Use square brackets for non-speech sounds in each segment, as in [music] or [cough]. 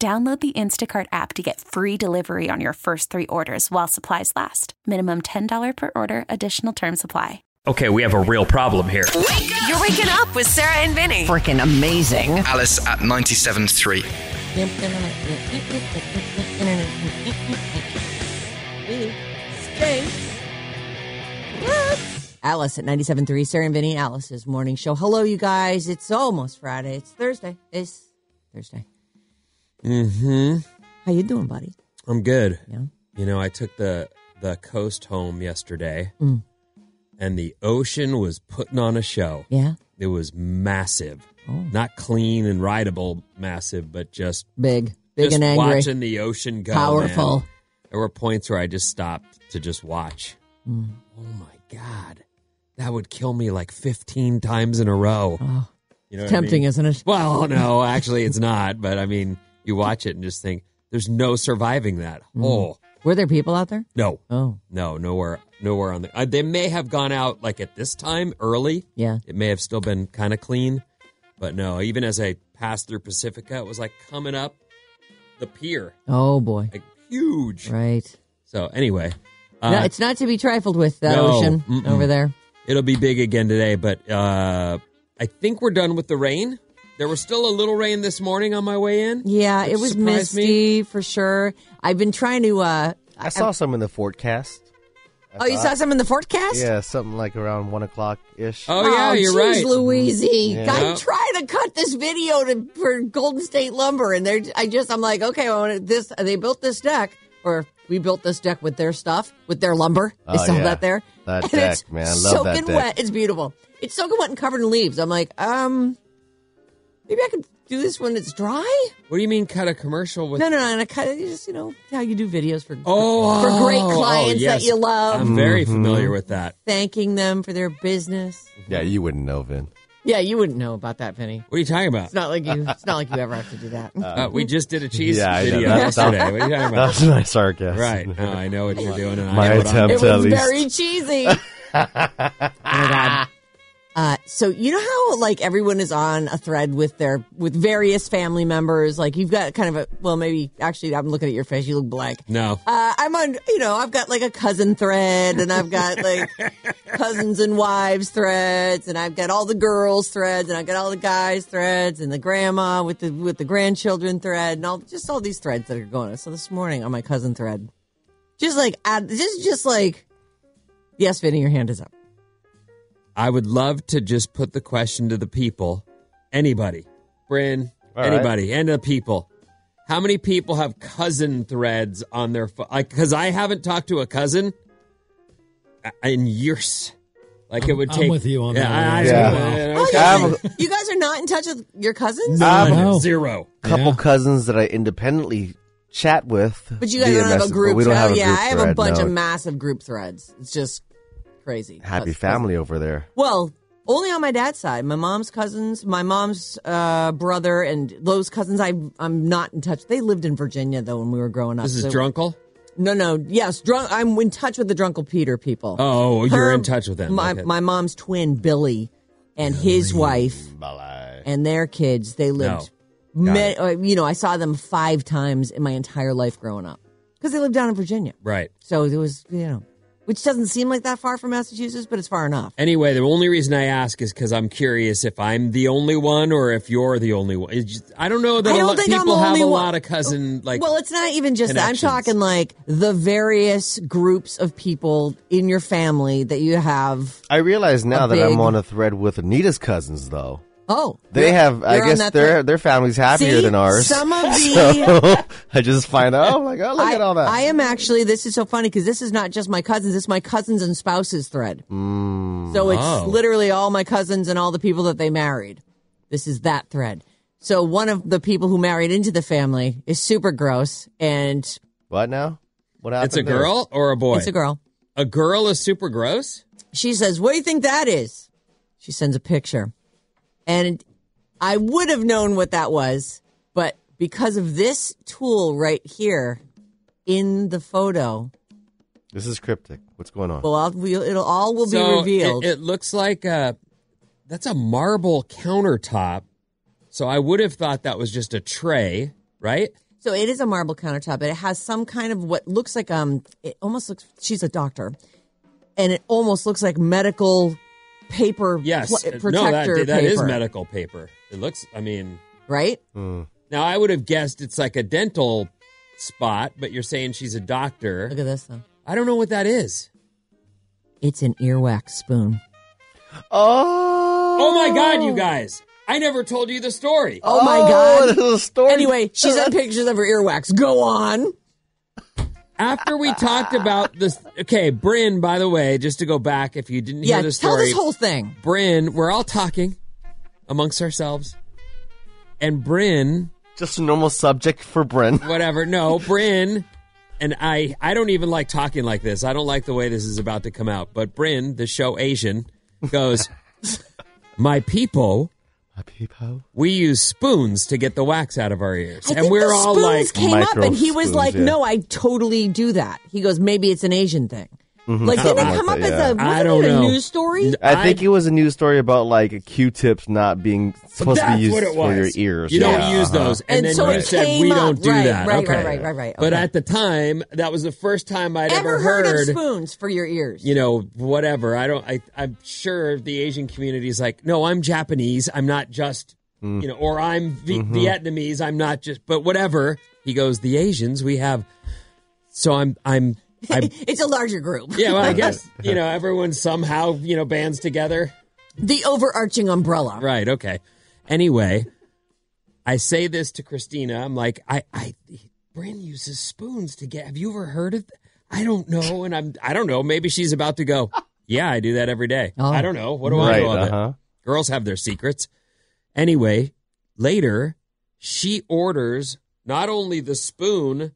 Download the Instacart app to get free delivery on your first three orders while supplies last. Minimum $10 per order, additional term supply. Okay, we have a real problem here. You're waking up with Sarah and Vinny. freaking amazing. Alice at 97.3. Alice at 97.3, Sarah and Vinny, Alice's morning show. Hello, you guys. It's almost Friday. It's Thursday. It's Thursday. Mm-hmm. How you doing, buddy? I'm good. Yeah. You know, I took the the coast home yesterday, Mm. and the ocean was putting on a show. Yeah. It was massive, Oh. not clean and rideable, massive, but just Big. Big just and angry. watching the ocean go. man. Powerful. There were points where I just stopped to just watch. Mm. Oh my god, that would kill me like 15 times in a row. Oh, You know, what I mean? tempting, isn't it? Well, [laughs] no, actually, it's not. But I mean, you watch it and just think, there's no surviving that. Mm-hmm. Oh Were there people out there? no, Oh, no, nowhere, nowhere on the. Uh, they may have gone out like at this time early. yeah. It may have still been kind of clean, but no. Even as I passed through Pacifica, it was like coming up the pier, Oh, boy. like huge. Right. So anyway, uh, no, it's not to be trifled with, that no, ocean mm-mm. over there. It'll be big again today, but uh, I think we're done with the rain. There was still a little rain this morning on my way in. Yeah, which it was surprised me. misty for sure. I've been trying to. uh I saw some in the forecast. Oh, you saw some in the forecast? Yeah, something like around one o'clock ish. Oh, yeah, you're geez, right. Louise. Yeah. I'm trying to cut this video to, for Golden State Lumber, and they're. I just, I'm like, okay, I want this. They built this deck, or we built this deck with their stuff, with their lumber. They Oh, sell yeah. that there. That and deck, it's man. I love that soaking deck. wet. It's beautiful. It's soaking wet and covered in leaves. I'm like, um, maybe I could do this when it's dry. What do you mean, cut a commercial with? No, no, no. And I kind of just, you know, how you do videos for Oh, for great oh, clients yes. that you love, I'm very Mm-hmm. familiar with that. thanking them for their business. Yeah, you wouldn't know, Vin. Yeah, you wouldn't know about that, Vinny. What are you talking about? It's not like you. It's not like you ever have to do that. Uh, we just did a cheese Yeah, I know. video That's- yesterday. What are you talking about? [laughs] That's my sarcasm. [laughs] Right. No, I know what you're doing. And My I know what I'm- attempt it at was least. very cheesy. oh my god. Uh, so you know how like everyone is on a thread with their with various family members. Like you've got kind of a well, maybe actually I'm looking at your face. You look blank. No. Uh, I'm on, you know, I've got like a cousin thread and I've got like cousins and wives threads and I've got all the girls threads and I've got all the guys threads and the grandma with the, with the grandchildren thread and all, just all these threads that are going on. So this morning on my cousin thread, just like, I- just, just like, yes, Vinny, your hand is up. I would love to just put the question to the people. Anybody. Bryn, All right. anybody, and the people. How many people have cousin threads on their phone? Like, because I haven't talked to a cousin a- in years. Like it would I'm take. with you on yeah, that one. I, I, Yeah. I- I- Oh, okay. yeah. I'm- you guys are not in touch with your cousins? None. No. Zero. Couple Yeah. cousins that I independently chat with. But you guys via don't have a message, but group. We don't oh, have a yeah, group I have a thread, bunch no. of massive group threads. It's just crazy. Happy Cous- family over there. Well, only on my dad's side. My mom's cousins, my mom's uh, brother, and those cousins I I'm not in touch. They lived in Virginia though when we were growing up. This is so- Drunkle? No, no, yes, drunk. I'm in touch with the Drunkle Peter people. Oh, Her- you're in touch with them. My Okay. my mom's twin Billy and his wife and their kids. They lived. Got ma- it. uh, you know, I saw them five times in my entire life growing up because they lived down in Virginia. Right. So it was you know which doesn't seem like that far from Massachusetts, but it's far enough. Anyway, the only reason I ask is because I'm curious if I'm the only one or if you're the only one. It's just- I don't know that I a don't lot think I'm people the have only a one. lot of cousin like. well, it's not even just that. I'm connections. talking like the various groups of people in your family that you have. I realize now A that big- I'm on a thread with Anita's cousins, though. Oh, They you're- have, I you're on guess, that their thing. their family's happier See? than ours. Some [laughs] of the. I just find out. I'm like, oh, look I, at all that. I am actually. This is so funny because this is not just my cousins. This is my cousins and spouses thread. Mm. so it's Oh. literally all my cousins and all the people that they married. This is that thread. So one of the people who married into the family is super gross, and what now? What happened? it's a there? girl or a boy. it's a girl. A girl is super gross. She says, "What do you think that is?" She sends a picture, and I would have known what that was, but because of this tool right here in the photo, This is cryptic. What's going on? well, I'll, we'll it'll all will So be revealed. It, it looks like uh that's a marble countertop. So I would have thought that was just a tray, right? So it is a marble countertop, but it has some kind of what looks like um, it almost looks. She's a doctor, and it almost looks like medical paper. Yes. pl- Uh, protector no, that, that is paper, medical paper. It looks. I mean, right? now I would have guessed it's like a dental spot, but you're saying she's a doctor. Look at this though. I don't know what that is. It's an earwax spoon. oh, Oh my god, you guys! I never told you the story. Oh, my Oh, god! this is a story. Anyway, she's on pictures of her earwax. Go on. After we talked about this, okay, Bryn. By the way, just to go back, if you didn't Yeah, hear the tell story, this whole thing. Bryn, we're all talking amongst ourselves, and Bryn, Just a normal subject for Bryn. whatever, no, Bryn, and I. I don't even like talking like this. I don't like the way this is about to come out. But Bryn, the show Asian, goes, [laughs] "My people." My peepo. We use spoons to get the wax out of our ears, I and think we're the all spoons like, came up, and he was Micro like, spoons, yeah. "No, I totally do that." He goes, "Maybe it's an Asian thing." Mm-hmm. Like, didn't it Something come like up as that, a? Wasn't yeah. I don't it a know. news story? I think it was a news story about like Q-tips not being supposed to That's be used what it for your was. ears. You Yeah, don't use uh-huh. those. And, And then so you it said came we up. don't do Right, that. right, okay. right, right, right, right. But Okay. at the time, that was the first time I'd ever, Ever heard, of spoons for your ears? you know, whatever. I don't I I'm sure the Asian community is like, no, I'm Japanese. I'm not just you know, or I'm v- Vietnamese. I'm not just but whatever. He goes, the Asians, we have so I'm I'm I [laughs] it's a larger group. yeah, [laughs] well, I guess you know everyone somehow you know bands together. The overarching umbrella. Right. Okay. Anyway, I say this to Christina. I'm like, I, I, Bryn uses spoons to get. Have you ever heard of? th- I don't know, and I'm, I don't know. Maybe she's about to go. Yeah, I do that every day. Oh. I don't know. What do I Right. know of Uh it? huh. Girls have their secrets. Anyway, later she orders not only the spoon.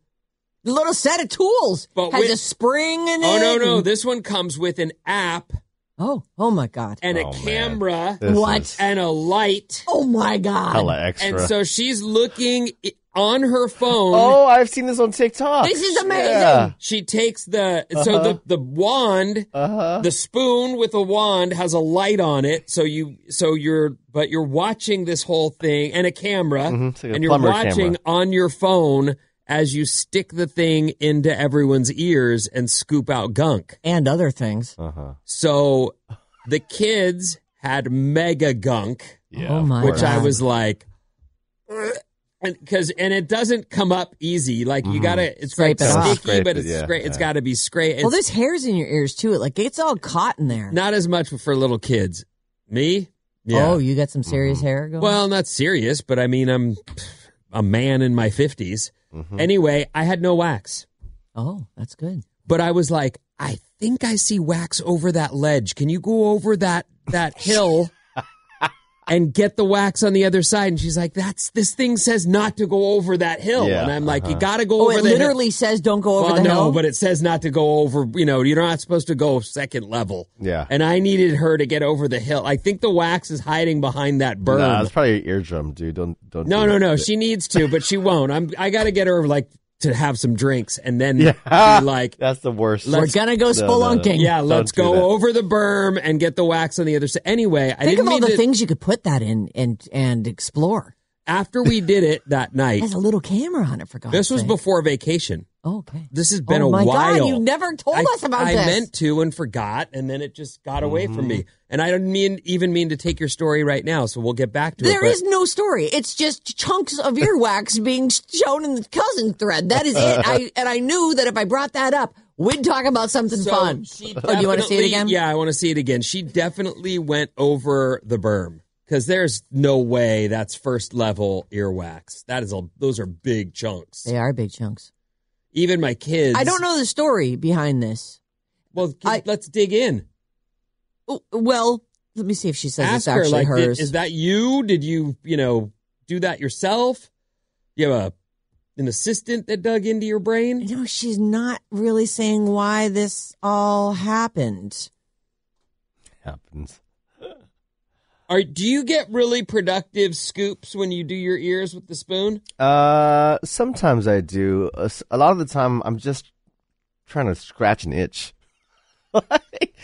The little set of tools But has with- a spring in Oh it. no, no! and- This one comes with an app oh, oh my god. and Oh, a man. camera This What? is and a light. Oh my god. Hella extra. And so she's looking i- on her phone. oh, I've seen this on TikTok. This is amazing. Uh-huh. She takes the so the the wand, Uh huh. the spoon with a wand has a light on it. So you so you're but you're watching this whole thing and a camera, Mhm, it's like a and you're plumber watching camera. on your phone as you stick the thing into everyone's ears and scoop out gunk. And other things. Uh huh. So the kids had mega gunk. Yeah. Oh, of my which course. I God. was like, because and it doesn't come up easy. Like you Mm. Mm-hmm. gotta, it's Scrape like it off. sticky, Scrape but it, it's yeah, scra- it's yeah. got to be scraped. well, there's hairs in your ears too. It like gets all caught in there. not as much for little kids. Me, Oh, you got some serious hair going. Well, not serious, but I mean, I'm a man in my 50s Mm-hmm. Anyway, I had no wax, oh, that's good. but I was like, I think I see wax over that ledge. Can you go over that that [laughs] hill? And get the wax on the other side, and she's like, "That's this thing says not to go over that hill." Yeah, and I'm like, "You uh-huh. got to go Oh, over it the hill." literally says don't go over well, the Oh, no, hill. but it says not to go over. You know, you're not supposed to go second level. Yeah. And I needed her to get over the hill. I think the wax is hiding behind that berm. Nah, it's probably your eardrum, dude. Don't don't. um, no, do no, that. no. She needs to, but she won't. I'm. I got to get her like to have some drinks and then Yeah. be like, That's the worst. We're gonna go No, no, no. spelunking. yeah, [laughs] Don't let's do go that. over the berm and get the wax on the other side. Anyway, I Think didn't of all mean the to- things you could put that in and and explore. After we did it that It night, [laughs] has a little camera on it for God's this was sake. before vacation. Oh, okay. This has been oh a my while. God, you never told I, us about I this. meant to and forgot, and then it just got away Mm-hmm. from me. And I don't mean even mean to take your story right now, so we'll get back to it. There but- is no story. It's just chunks of earwax being shown in the cousin thread. That is it. I and I knew that if I brought that up, we'd talk about something So fun. [laughs] she Oh, do you want to see it definitely- again? Yeah, I want to see it again. She definitely went over the berm because there's no way that's first level earwax. That is a those are big chunks. They are big chunks. Even my kids. I don't know the story behind this. Well, g- I- let's dig in. Oh, Well, let me see if she says Ask it's her actually like, "Did- hers. is that you? Did you you know do that yourself? You have a an assistant that dug into your brain. no, she's not really saying why this all happened. Happens. Are do you get really productive scoops when you do your ears with the spoon? Uh, sometimes I do. A s- a lot of the time, I'm just trying to scratch an itch. [laughs]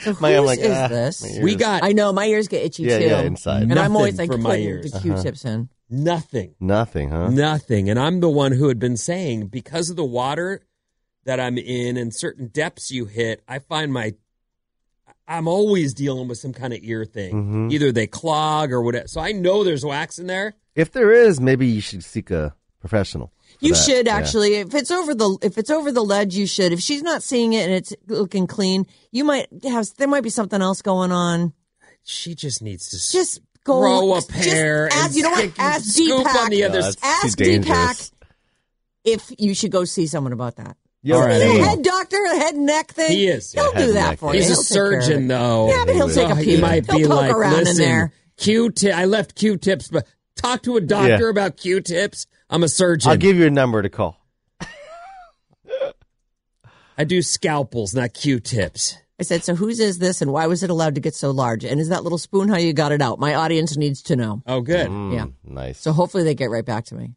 So My- I'm whose like, is "Ah, this? my We ears." got I know my ears get itchy Yeah, too. yeah, inside. And I'm always Nothing like for my putting ears. Uh-huh. the Q-tips in. nothing. nothing, huh? Nothing. And I'm the one who had been saying because of the water that I'm in and certain depths you hit, I find my I'm always dealing with some kind of ear thing. Either they clog or whatever. So I know there's wax in there. If there is, maybe you should seek a professional. for You that. should Yeah. actually. If it's over the if it's over the ledge, you should. If she's not seeing it and it's looking clean, you might have there might be something else going on. She just needs to s- Just go grow a just pair ask- and you know what? stick- Ask scoop Deepak. on the other Yeah, s- it's too Ask dangerous. Deepak if you should go see someone about that. Yeah, All right, He's I a will. head doctor, a head and neck thing. He is. He'll Yeah, head do and that neck, for yeah. you. He's a He'll take care of it. surgeon though. Yeah, but he'll So take a He peek. might He'll be poke like, around in listen, there." Q tip I left Q tips, but talk to a doctor about Q tips. I'm a surgeon. I'll give you a number to call. I do scalpels, not Q-tips. I said, so whose is this, and why was it allowed to get so large? And is that little spoon how you got it out? My audience needs to know. Oh, good. Mm, Yeah. nice. So hopefully they get right back to me.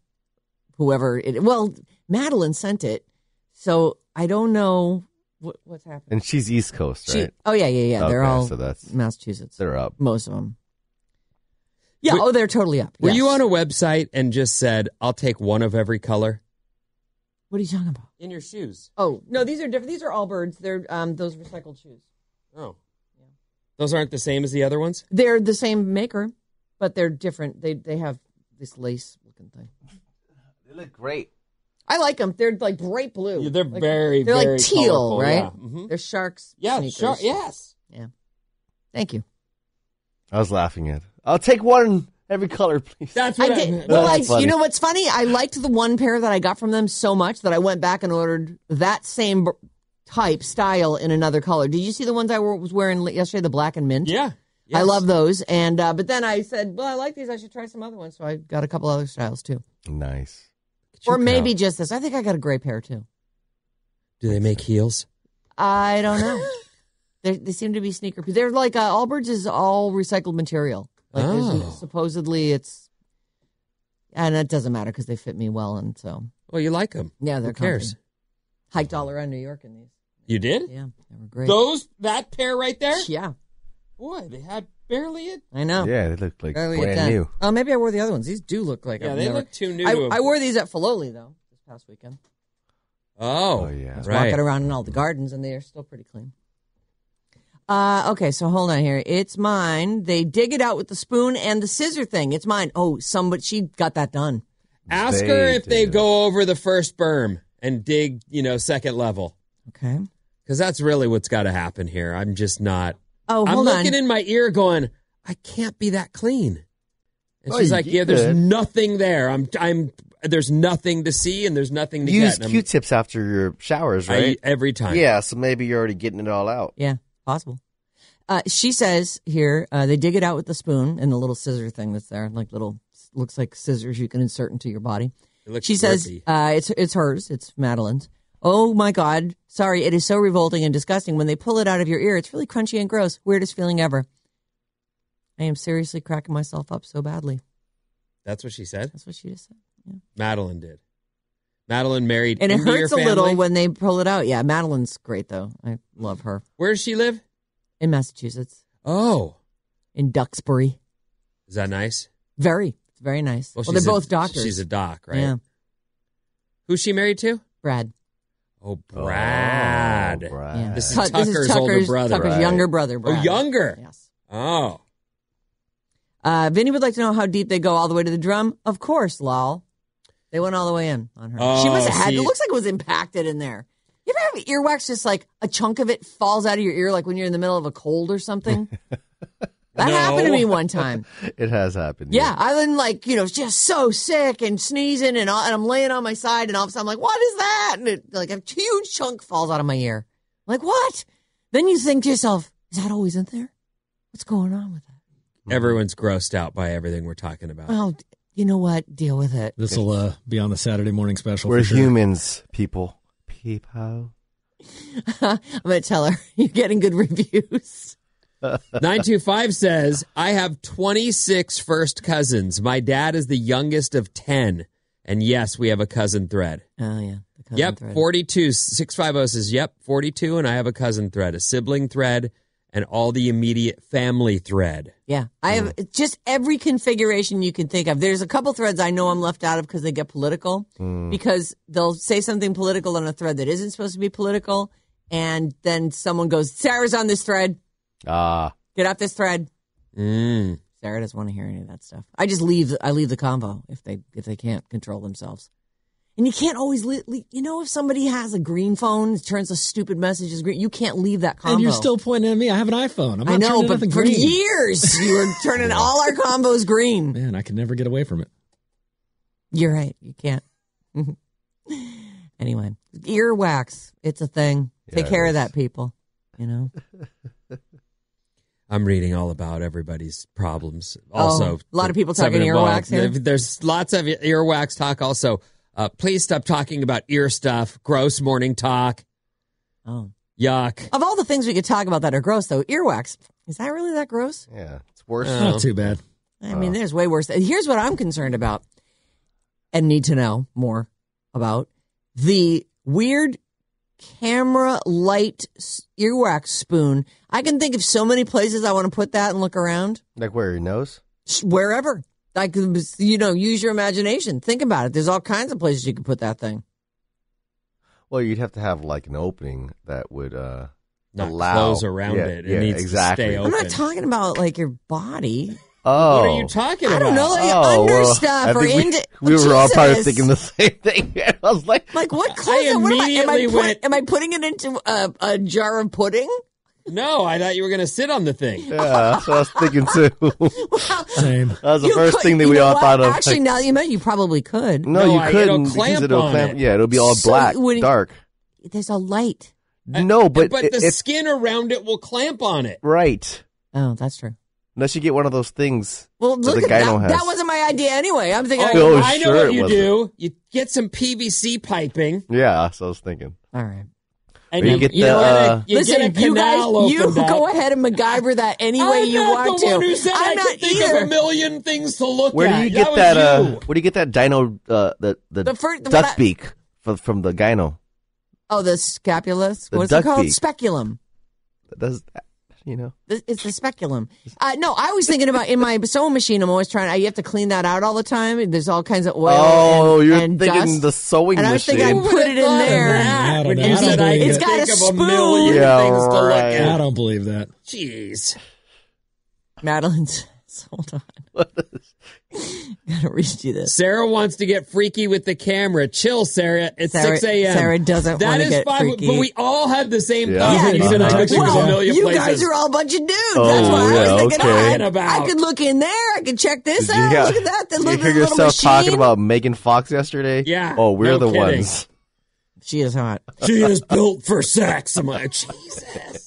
Whoever it well, Madeline sent it, so I don't know what, what's happening. and she's East Coast, She- right? oh yeah, yeah, yeah. They're Okay, all so that's- Massachusetts. They're up. most of them. Yeah. Were- oh, they're totally up. Were yes. you on a website and just said, "I'll take one of every color"? What are you talking about? In your shoes. Oh no, these are different. These are all birds. They're um those recycled shoes. Oh. Those aren't the same as the other ones? They're the same maker, but they're different. They they have this lace looking thing. They look great. I like them. They're like bright blue. Yeah, they're Like- very, They're very like teal, colorful, right? yeah. Mhm. They're sharks. sneakers. yes. Thank you. I was laughing at. I'll take one every color, please. That's what I I did. Well, I, That's funny. you know what's funny? I liked the one pair that I got from them so much that I went back and ordered that same br- type style in another color. Did you see the ones I wore- was wearing l- yesterday? The black and mint. Yeah. I Yes. love those. And uh, but then I said, well, I like these. I should try some other ones. So I got a couple other styles too, nice. or Check it maybe out. just this. I think I got a gray pair too. Do they make heels? I don't know. [laughs] they, they seem to be sneaker. They're like uh, Allbirds is all recycled material. Like there's- Oh. supposedly it's, and it doesn't matter because they fit me well, and so Well, you like them. Yeah, they're Who cares? comfy. hiked all around New York in these. You did? Yeah, they were great. Those that pair right there? Yeah, Boy, they had barely it. I know. Yeah, they look like Barely a brand dent. new. Oh, maybe I wore the other ones. These do look like Yeah, I've they never- look too new to have- I, I wore these at Filoli though this past weekend. Oh, Oh, yeah. It's Right. Walking around in all the gardens, and they are still pretty clean. Uh, okay, so hold on here. It's mine. They dig it out with the spoon and the scissor thing. It's mine. Oh, somebody she got that done. Ask They her if they do. go over the first berm and dig, you know, second level. Okay. Because that's really what's got to happen here. I'm just not. Oh, I'm hold looking on. in my ear going, I can't be that clean. And Oh, she's you like, yeah, there's could. nothing there. I'm, I'm, there's nothing to see and there's nothing to Use get. And I'm- Q-tips after your showers, I- right? every time. yeah, so maybe you're already getting it all out. Yeah, possible. Uh, she says here uh, they dig it out with the spoon and the little scissor thing that's there, like little looks like scissors you can insert into your body. It looks She says grippy. uh, it's it's hers, it's Madeline's. Oh my God! Sorry, it is so revolting and disgusting when they pull it out of your ear. It's really crunchy and gross. Weirdest feeling ever. I am seriously cracking myself up so badly. that's what she said. That's what she just said. Madeline did. Madeline married. And it into your hurts a little family. when they pull it out. Yeah, Madeline's great though. I love her. Where does she live? In Massachusetts, Oh, in Duxbury, is that nice? very, very nice. Well, she's they're a- both doctors. She's a doc, right? Yeah, Who's she married to? Brad. Oh, Brad. Oh, Brad. Yeah. This is Tut- Tucker's, older brother. Tucker's Right. younger brother. Oh, Brad. younger. Yes. Oh, Uh, Vinny would like to know how deep they go all the way to the drum. Of course, lol. They went all the way in on her. she Oh, must have had, see- it looks like it was impacted in there. You ever have earwax just like a chunk of it falls out of your ear like when you're in the middle of a cold or [laughs] something? That No. happened to me one [laughs] time. [laughs] It has happened. Yeah, I've been like, you know, just so sick and sneezing and, all, and I'm laying on my side and all of a sudden I'm like, what is that? And it, like a huge chunk falls out of my ear. I'm like, what? Then you think to yourself, is that always in there? What's going on with that? Mm-hmm. everyone's grossed out by everything we're talking about. Well, Oh, d- you know what? Deal with it. This will uh, be on the Saturday morning special. We're for sure. humans, people. People. [laughs] I'm going to tell her [laughs] you're getting good reviews. 925 says, I have 26 first cousins. My dad is the youngest of 10. And yes, we have a cousin thread. Oh yeah. The cousin yep, thread. 42. 650 says, yep, 42. And I have a cousin thread, a sibling thread, and all the immediate family thread. Yeah, I have it's just every configuration you can think of. There's a couple threads I know I'm left out of because they get political because they'll say something political on a thread that isn't supposed to be political, and then someone goes, "Sarah's on this thread. Ah. Get off this thread." Mm. Sarah doesn't want to hear any of that stuff. I just leave. I leave the convo if they if they can't control themselves. And you can't always, li- li- you know, if somebody has a green phone, it turns a stupid message as green. You can't leave that convo. And you're still pointing at me. I have an iPhone. I'm not I know, turning but nothing for green. years [laughs] you were turning all our combos green. Man, I can never get away from it. You're right. You can't. [laughs] anyway, earwax. It's a thing. Take Yeah, it care of is. that, people. You know. I'm reading all about everybody's problems. Also, Oh, a lot of people talking seven- well, earwax here? There's lots of earwax talk also. Uh, please stop talking about ear stuff. Gross morning talk. Oh. Yuck. Of all the things we could talk about that are gross, though, earwax. Is that really that gross? Yeah. It's worse. Uh. Not too bad. I mean, Uh. there's way worse. Here's what I'm concerned about and need to know more about the weird camera light s- earwax spoon. I can think of so many places I want to put that and look around. Like where your nose? Sh- Wherever. Like, you know, use your imagination. Think about it. There's all kinds of places you could put that thing. Well, you'd have to have like an opening that would uh Not allow close around Yeah, it. It yeah, needs exactly. to stay I'm open. not talking about like your body. Oh. What are you talking about? I don't know, like Oh, under well, I stuff or think we, into. [laughs] we were all probably Jesus. thinking the same thing. [laughs] I was like, Like what closet? What am I, am, I immediately put, went- am I putting it into a, a jar of pudding? [laughs] No, I thought you were going to sit on the thing. yeah, that's what I was thinking too. [laughs] that Same. was the You first could- thing that you we know all what? thought of. Actually, now that you mention, you probably could. no, No, you I- couldn't it'll because clamp it'll on clamp. it. Yeah, it'll be all So black, it wouldn't- dark. There's a light. no, but, but it- the it's skin around it will clamp on it. right. Oh, that's true. Unless you get one of those things. Well, that look the at guy that. don't have. That wasn't my idea anyway. I'm thinking. Oh, I, I know sure what it you wasn't. do. You get some PVC piping, Yeah, so I was thinking. all right. and Or you get the, know, and uh, it- you Listen, get a you guys, canal you opened up. go ahead and MacGyver that any way I'm you not want the to. One who said I'm I not could think either. of a million things to look Where at. do you get was that? uh, you. where do you get that dino? Uh, the the, The fir- the- duck what I- beak for, from the gyno. oh, the scapulus. The What's it duck called? beak. Speculum. That does you know? This- It's the speculum. Uh, no, I was thinking about in my sewing machine. I'm always trying. I, you have to clean that out all the time. There's all kinds of oil. oh, and, you're and thinking dust. the sewing And I was machine. thinking I Who put would've it in thought of there. I That? don't When know. you I don't said I believe could it. It's got think a of spoon. a million Yeah, things to look right. I at. don't believe that. Jeez. Madeline [laughs] says, hold on. [laughs] Gotta read you this. Sarah wants to get freaky with the camera. Chill, Sarah. It's Sarah- 6 a.m. Sarah doesn't That wanna is get fine, freaky. But we all had the same Yeah. thought. Yeah, when you you said I can could text think of me a that. million Oh, you places. guys are all a bunch of dudes. Oh, That's why I yeah, was thinking, okay. oh, I, I could look in there. I could check this Did out. you- Look at that. That Did little, you hear little yourself machine. talking about Megan Fox yesterday? Yeah, Oh, we're no the kidding. ones. She is hot. She is built for sex. I'm like, Jesus.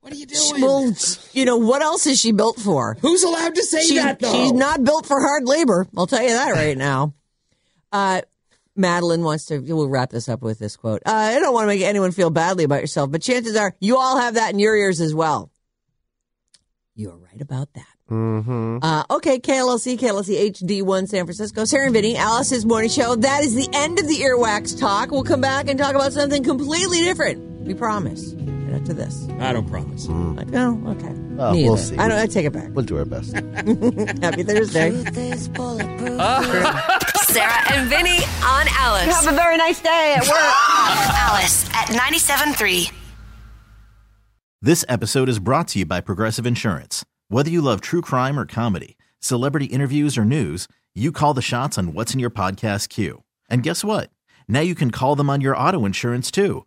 What are you doing? Well, you know, what else is she built for? [laughs] Who's allowed to say She's, that, though? she's not built for hard labor. I'll tell you that right now. Uh, Madeline wants to, we'll wrap this up with this quote. Uh, I don't want to make anyone feel badly about yourself, but chances are you all have that in your ears as well. You're right about that. Mm-hmm. Uh, okay, KLLC, KLLC HD1 San Francisco, Sarah and Vinny, Alice's Morning Show. That is the end of the earwax talk. We'll come back and talk about something completely different. We promise. Right after this. I don't promise. Like, oh, okay. Hmm. Oh, Me we'll either. see. I don't. I take it back. We'll do our best. Happy Thursday. Sarah and Vinny on Alice. Have a very nice day at work. Alice at 97.3. This episode is brought to you by Progressive Insurance. Whether you love true crime or comedy, celebrity interviews or news, you call the shots on what's in your podcast queue. And guess what? Now you can call them on your auto insurance too